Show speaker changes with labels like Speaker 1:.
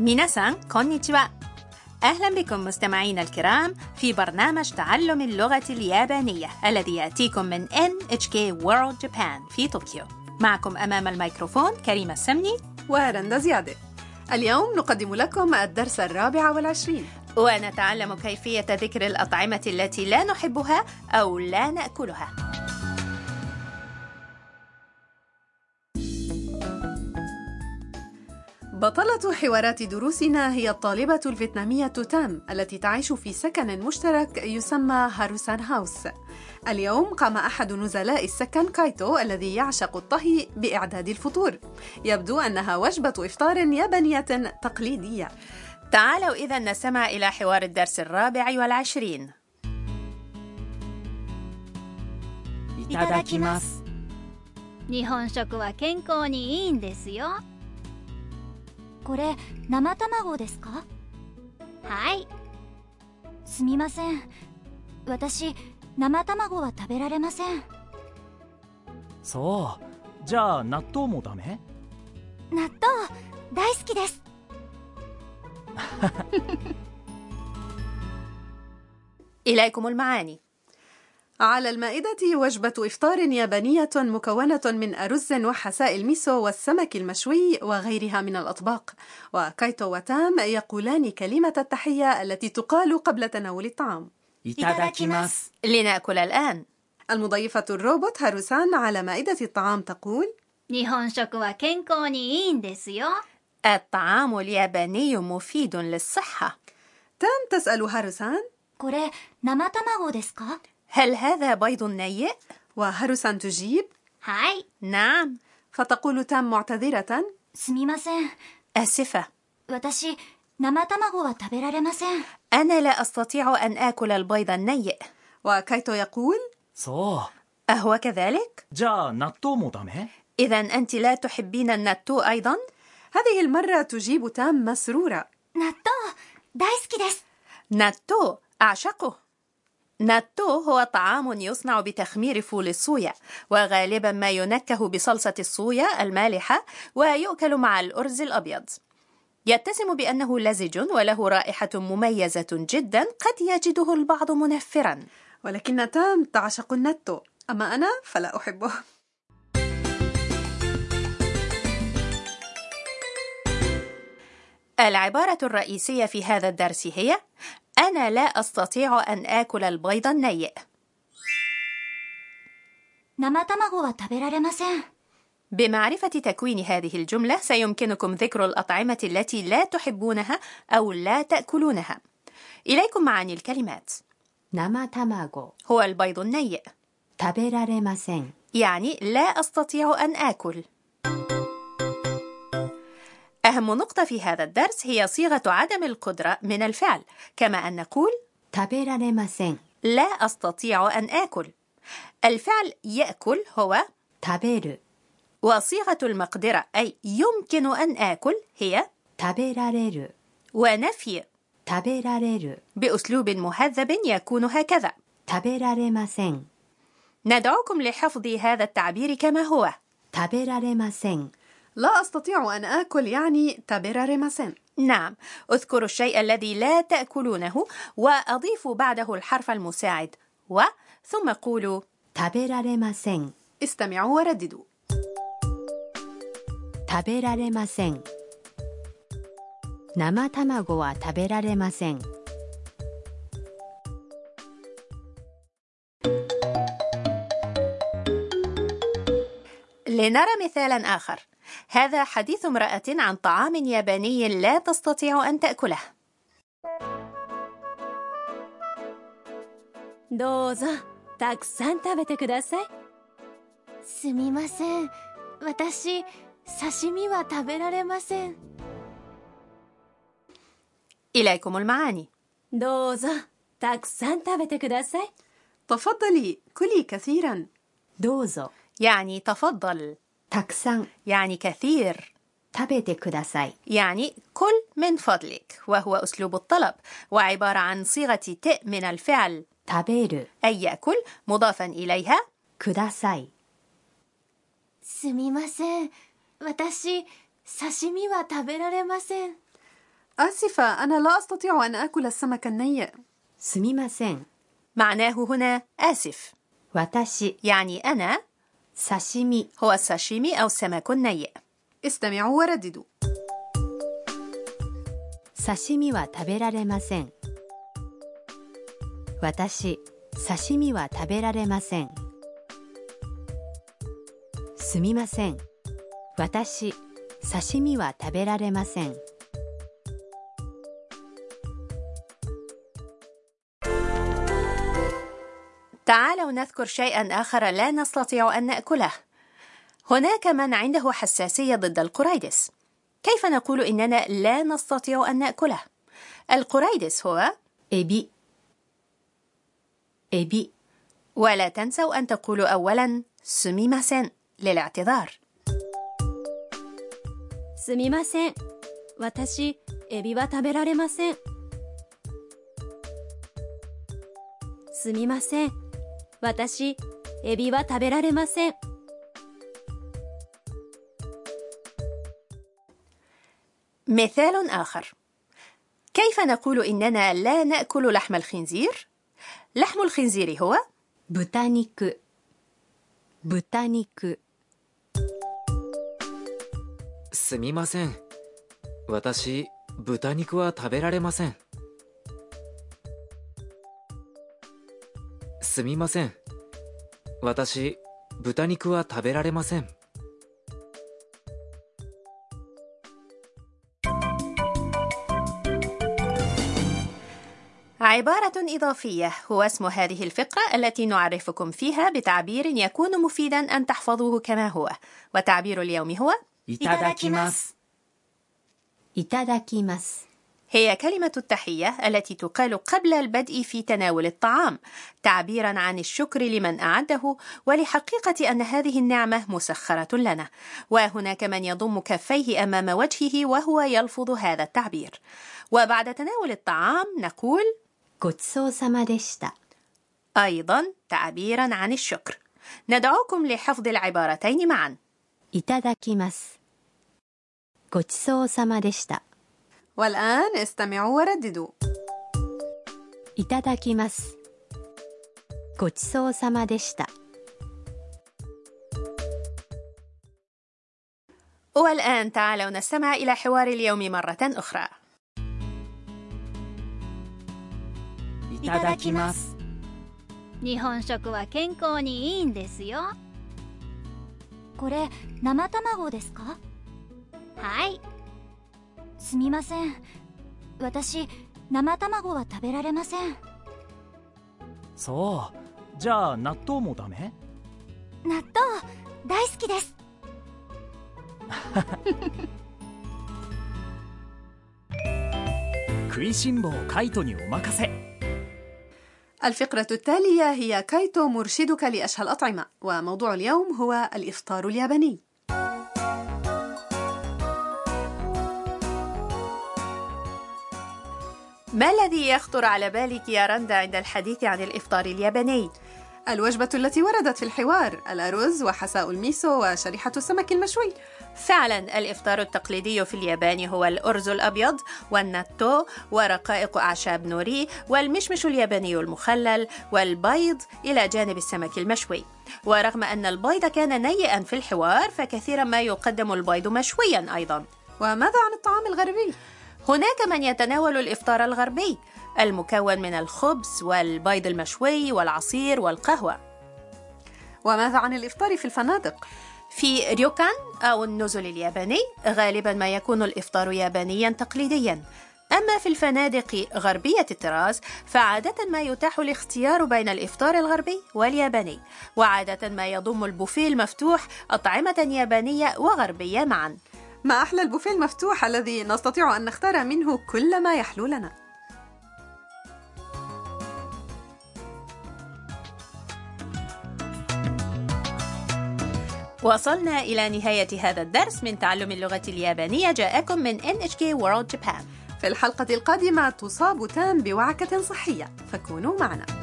Speaker 1: ميناسان كونيتشوا أهلا بكم مستمعينا الكرام في برنامج تعلم اللغة اليابانية الذي يأتيكم من NHK World Japan في طوكيو معكم أمام الميكروفون كريمة السمني
Speaker 2: ورندا زيادة اليوم نقدم لكم الدرس الرابع والعشرين
Speaker 1: ونتعلم كيفية ذكر الأطعمة التي لا نحبها أو لا نأكلها
Speaker 2: بطلة حوارات دروسنا هي الطالبة الفيتنامية تام التي تعيش في سكن مشترك يسمى هاروسان هاوس اليوم قام أحد نزلاء السكن كايتو الذي يعشق الطهي بإعداد الفطور يبدو أنها وجبة إفطار يابانية تقليدية
Speaker 1: تعالوا إذا نستمع إلى حوار الدرس الرابع والعشرين
Speaker 3: い
Speaker 4: ただきます日本食は健康にいいんですよこれ生卵ですかはいすみません私生卵は食べられません
Speaker 3: そうじゃあ納豆もダメ
Speaker 4: 納豆大好きです
Speaker 1: إليكم المعاني
Speaker 2: على المائدة وجبة إفطار يابانية مكونة من أرز وحساء الميسو والسمك المشوي وغيرها من الأطباق وكايتو وتام يقولان كلمة التحية التي تقال قبل تناول الطعام
Speaker 3: い
Speaker 4: ただきます
Speaker 1: لنأكل الآن
Speaker 2: المضيفة الروبوت هاروسان على مائدة الطعام تقول
Speaker 4: 日本食は健康にいいんですよ
Speaker 1: الطعام الياباني مفيد للصحة
Speaker 2: تام تسأل هاروسان
Speaker 4: これ生卵ですか
Speaker 1: هل هذا بيض نيء؟
Speaker 2: وهاروسان تجيب
Speaker 4: はい
Speaker 1: نعم
Speaker 2: فتقول تام معتذرة
Speaker 4: すみません
Speaker 1: آسفة
Speaker 4: 私生卵は食べられません
Speaker 1: أنا لا أستطيع أن آكل البيض النيء
Speaker 2: وكايتو يقول
Speaker 3: そ
Speaker 1: أهو كذلك؟
Speaker 3: うじゃあ納豆もダメ
Speaker 1: إذا أنت لا تحبين النتو أيضا؟
Speaker 2: هذه المرة تجيب تام مسرورة
Speaker 4: 納豆大好きです
Speaker 1: نتو أعشقه نتو هو طعام يصنع بتخمير فول الصويا وغالبا ما ينكه بصلصة الصويا المالحة ويؤكل مع الأرز الأبيض يتسم بأنه لزج وله رائحة مميزة جدا قد يجده البعض منفرا
Speaker 2: ولكن تام تعشق النتو أما أنا فلا أحبه
Speaker 1: العبارة الرئيسية في هذا الدرس هي أنا لا أستطيع أن آكل البيض النيء
Speaker 4: 生卵は食べられません
Speaker 1: بمعرفة تكوين هذه الجملة سيمكنكم ذكر الأطعمة التي لا تحبونها أو لا تأكلونها. إليكم معاني الكلمات
Speaker 5: 生卵
Speaker 1: هو البيض النيء
Speaker 5: 食べられません
Speaker 1: يعني لا أستطيع أن آكل. أهم نقطة في هذا الدرس هي صيغة عدم القدرة من الفعل، كما أن نقول
Speaker 5: 食べられません
Speaker 1: لا أستطيع أن آكل. الفعل يأكل هو
Speaker 5: 食べる
Speaker 1: وصيغة المقدرة أي يمكن أن آكل هي
Speaker 5: 食べられる
Speaker 1: ونفي
Speaker 5: 食べられる
Speaker 1: بأسلوب مهذب يكون هكذا
Speaker 5: 食べられません
Speaker 1: ندعوكم لحفظ هذا التعبير كما هو
Speaker 5: 食べられません
Speaker 2: لا أستطيع أن آكل يعني تابيراريماسين
Speaker 1: نعم اذكروا الشيء الذي لا تأكلونه وأضيفوا بعده الحرف المساعد و ثم قولوا
Speaker 5: 食べられません
Speaker 2: استمعوا ورددوا
Speaker 5: 食べられません生卵は食べられません
Speaker 1: لنرى مثالا آخر هذا حديث امرأة عن طعام ياباني لا تستطيع أن تأكله
Speaker 6: どうぞたくさん食べてください
Speaker 4: すみません私刺身は食べられません
Speaker 1: إليكم المعاني
Speaker 6: どうぞたくさん食べてください
Speaker 2: تفضلي كلي كثيرا
Speaker 5: どうぞ
Speaker 1: يعني تفضل
Speaker 5: たくさん
Speaker 1: يعني كثير
Speaker 5: 食べてください
Speaker 1: يعني كل من فضلك وهو أسلوب الطلب وعبارة عن صيغة ت من الفعل
Speaker 5: 食べる
Speaker 1: أي يأكل مضافا إليها
Speaker 5: ください
Speaker 4: すみません私刺身は食べられません
Speaker 2: آسفة أنا لا أستطيع أن آكل السمك النيء
Speaker 5: すみません。
Speaker 1: معناه هنا آسف
Speaker 5: 私、
Speaker 1: يعني أنا
Speaker 5: 刺身、
Speaker 1: هو الساشيمي أو السمك النيء
Speaker 2: استمعوا ورددوا
Speaker 5: 刺身は食べられません。私、刺身は食べられません。すみません。私、刺身は食べられません。
Speaker 1: تعالوا نذكر شيئا آخر لا نستطيع أن نأكله هناك من عنده حساسية ضد القريدس كيف نقول إننا لا نستطيع أن نأكله؟ القريدس هو
Speaker 5: エビ、エビ、
Speaker 1: ولا تنسوا أن تقولوا أولا سميماسن للاعتذار
Speaker 6: すみません私エビは食べられませんすみません私エビは食べられません
Speaker 1: مثال آخر كيف نقول إننا لا نأكل لحم الخنزير؟ لحم الخنزير هو
Speaker 5: 豚肉、豚肉、
Speaker 7: すみません私豚肉は食べられませんすみません私豚肉は食べられません
Speaker 1: عبارة إضافية هو اسم هذه الفقرة التي نعرفكم فيها بتعبير يكون مفيدا أن تحفظوه كما هو وتعبير اليوم هو
Speaker 3: い
Speaker 6: ただきます
Speaker 5: いただきます。
Speaker 1: هي كلمة التحية التي تقال قبل البدء في تناول الطعام تعبيرا عن الشكر لمن أعده ولحقيقة أن هذه النعمة مسخرة لنا وهناك من يضم كفيه أمام وجهه وهو يلفظ هذا التعبير وبعد تناول الطعام نقول
Speaker 5: ごちそうさまでした。
Speaker 1: أيضا تعبيرا عن الشكر ندعوكم لحفظ العبارتين معا
Speaker 5: いただきます。ごちそうさまでした。
Speaker 2: والآن استمعوا ورددوا
Speaker 5: いただきます。ごちそうさまでした。
Speaker 1: والآن تعالوا نستمع إلى حوار اليوم مرة أخرى
Speaker 3: い
Speaker 6: ただきます
Speaker 4: 日本食は健康にいいんですよこれ生卵ですかはいすみません私生卵は食べられません
Speaker 3: そうじゃあ納豆もダメ
Speaker 4: 納豆大好きです
Speaker 3: 食いしん坊カイトにお任せ
Speaker 2: الفقرة التالية هي كايتو مرشدك لأشهى الأطعمة وموضوع اليوم هو الإفطار الياباني
Speaker 1: ما الذي يخطر على بالك يا رندا عند الحديث عن الإفطار الياباني؟
Speaker 2: الوجبة التي وردت في الحوار الأرز وحساء الميسو وشريحة السمك المشوي
Speaker 1: فعلا الإفطار التقليدي في اليابان هو الأرز الأبيض والناتو ورقائق أعشاب نوري والمشمش الياباني المخلل والبيض إلى جانب السمك المشوي ورغم أن البيض كان نيئا في الحوار فكثيرا ما يقدم البيض مشويا أيضا
Speaker 2: وماذا عن الطعام الغربي؟
Speaker 1: هناك من يتناول الإفطار الغربي المكون من الخبز والبيض المشوي والعصير والقهوة
Speaker 2: وماذا عن الإفطار في الفنادق؟
Speaker 1: في ريوكان أو النزل الياباني غالبا ما يكون الإفطار يابانيا تقليديا أما في الفنادق غربية الطراز فعادة ما يتاح الاختيار بين الإفطار الغربي والياباني وعادة ما يضم البوفيه المفتوح أطعمة يابانية وغربية معا
Speaker 2: ما أحلى البوفيه المفتوح الذي نستطيع أن نختار منه كل ما يحلو لنا
Speaker 1: وصلنا إلى نهاية هذا الدرس من تعلم اللغة اليابانية جاءكم من NHK World Japan
Speaker 2: في الحلقة القادمة تصاب تام بوعكة صحية فكونوا معنا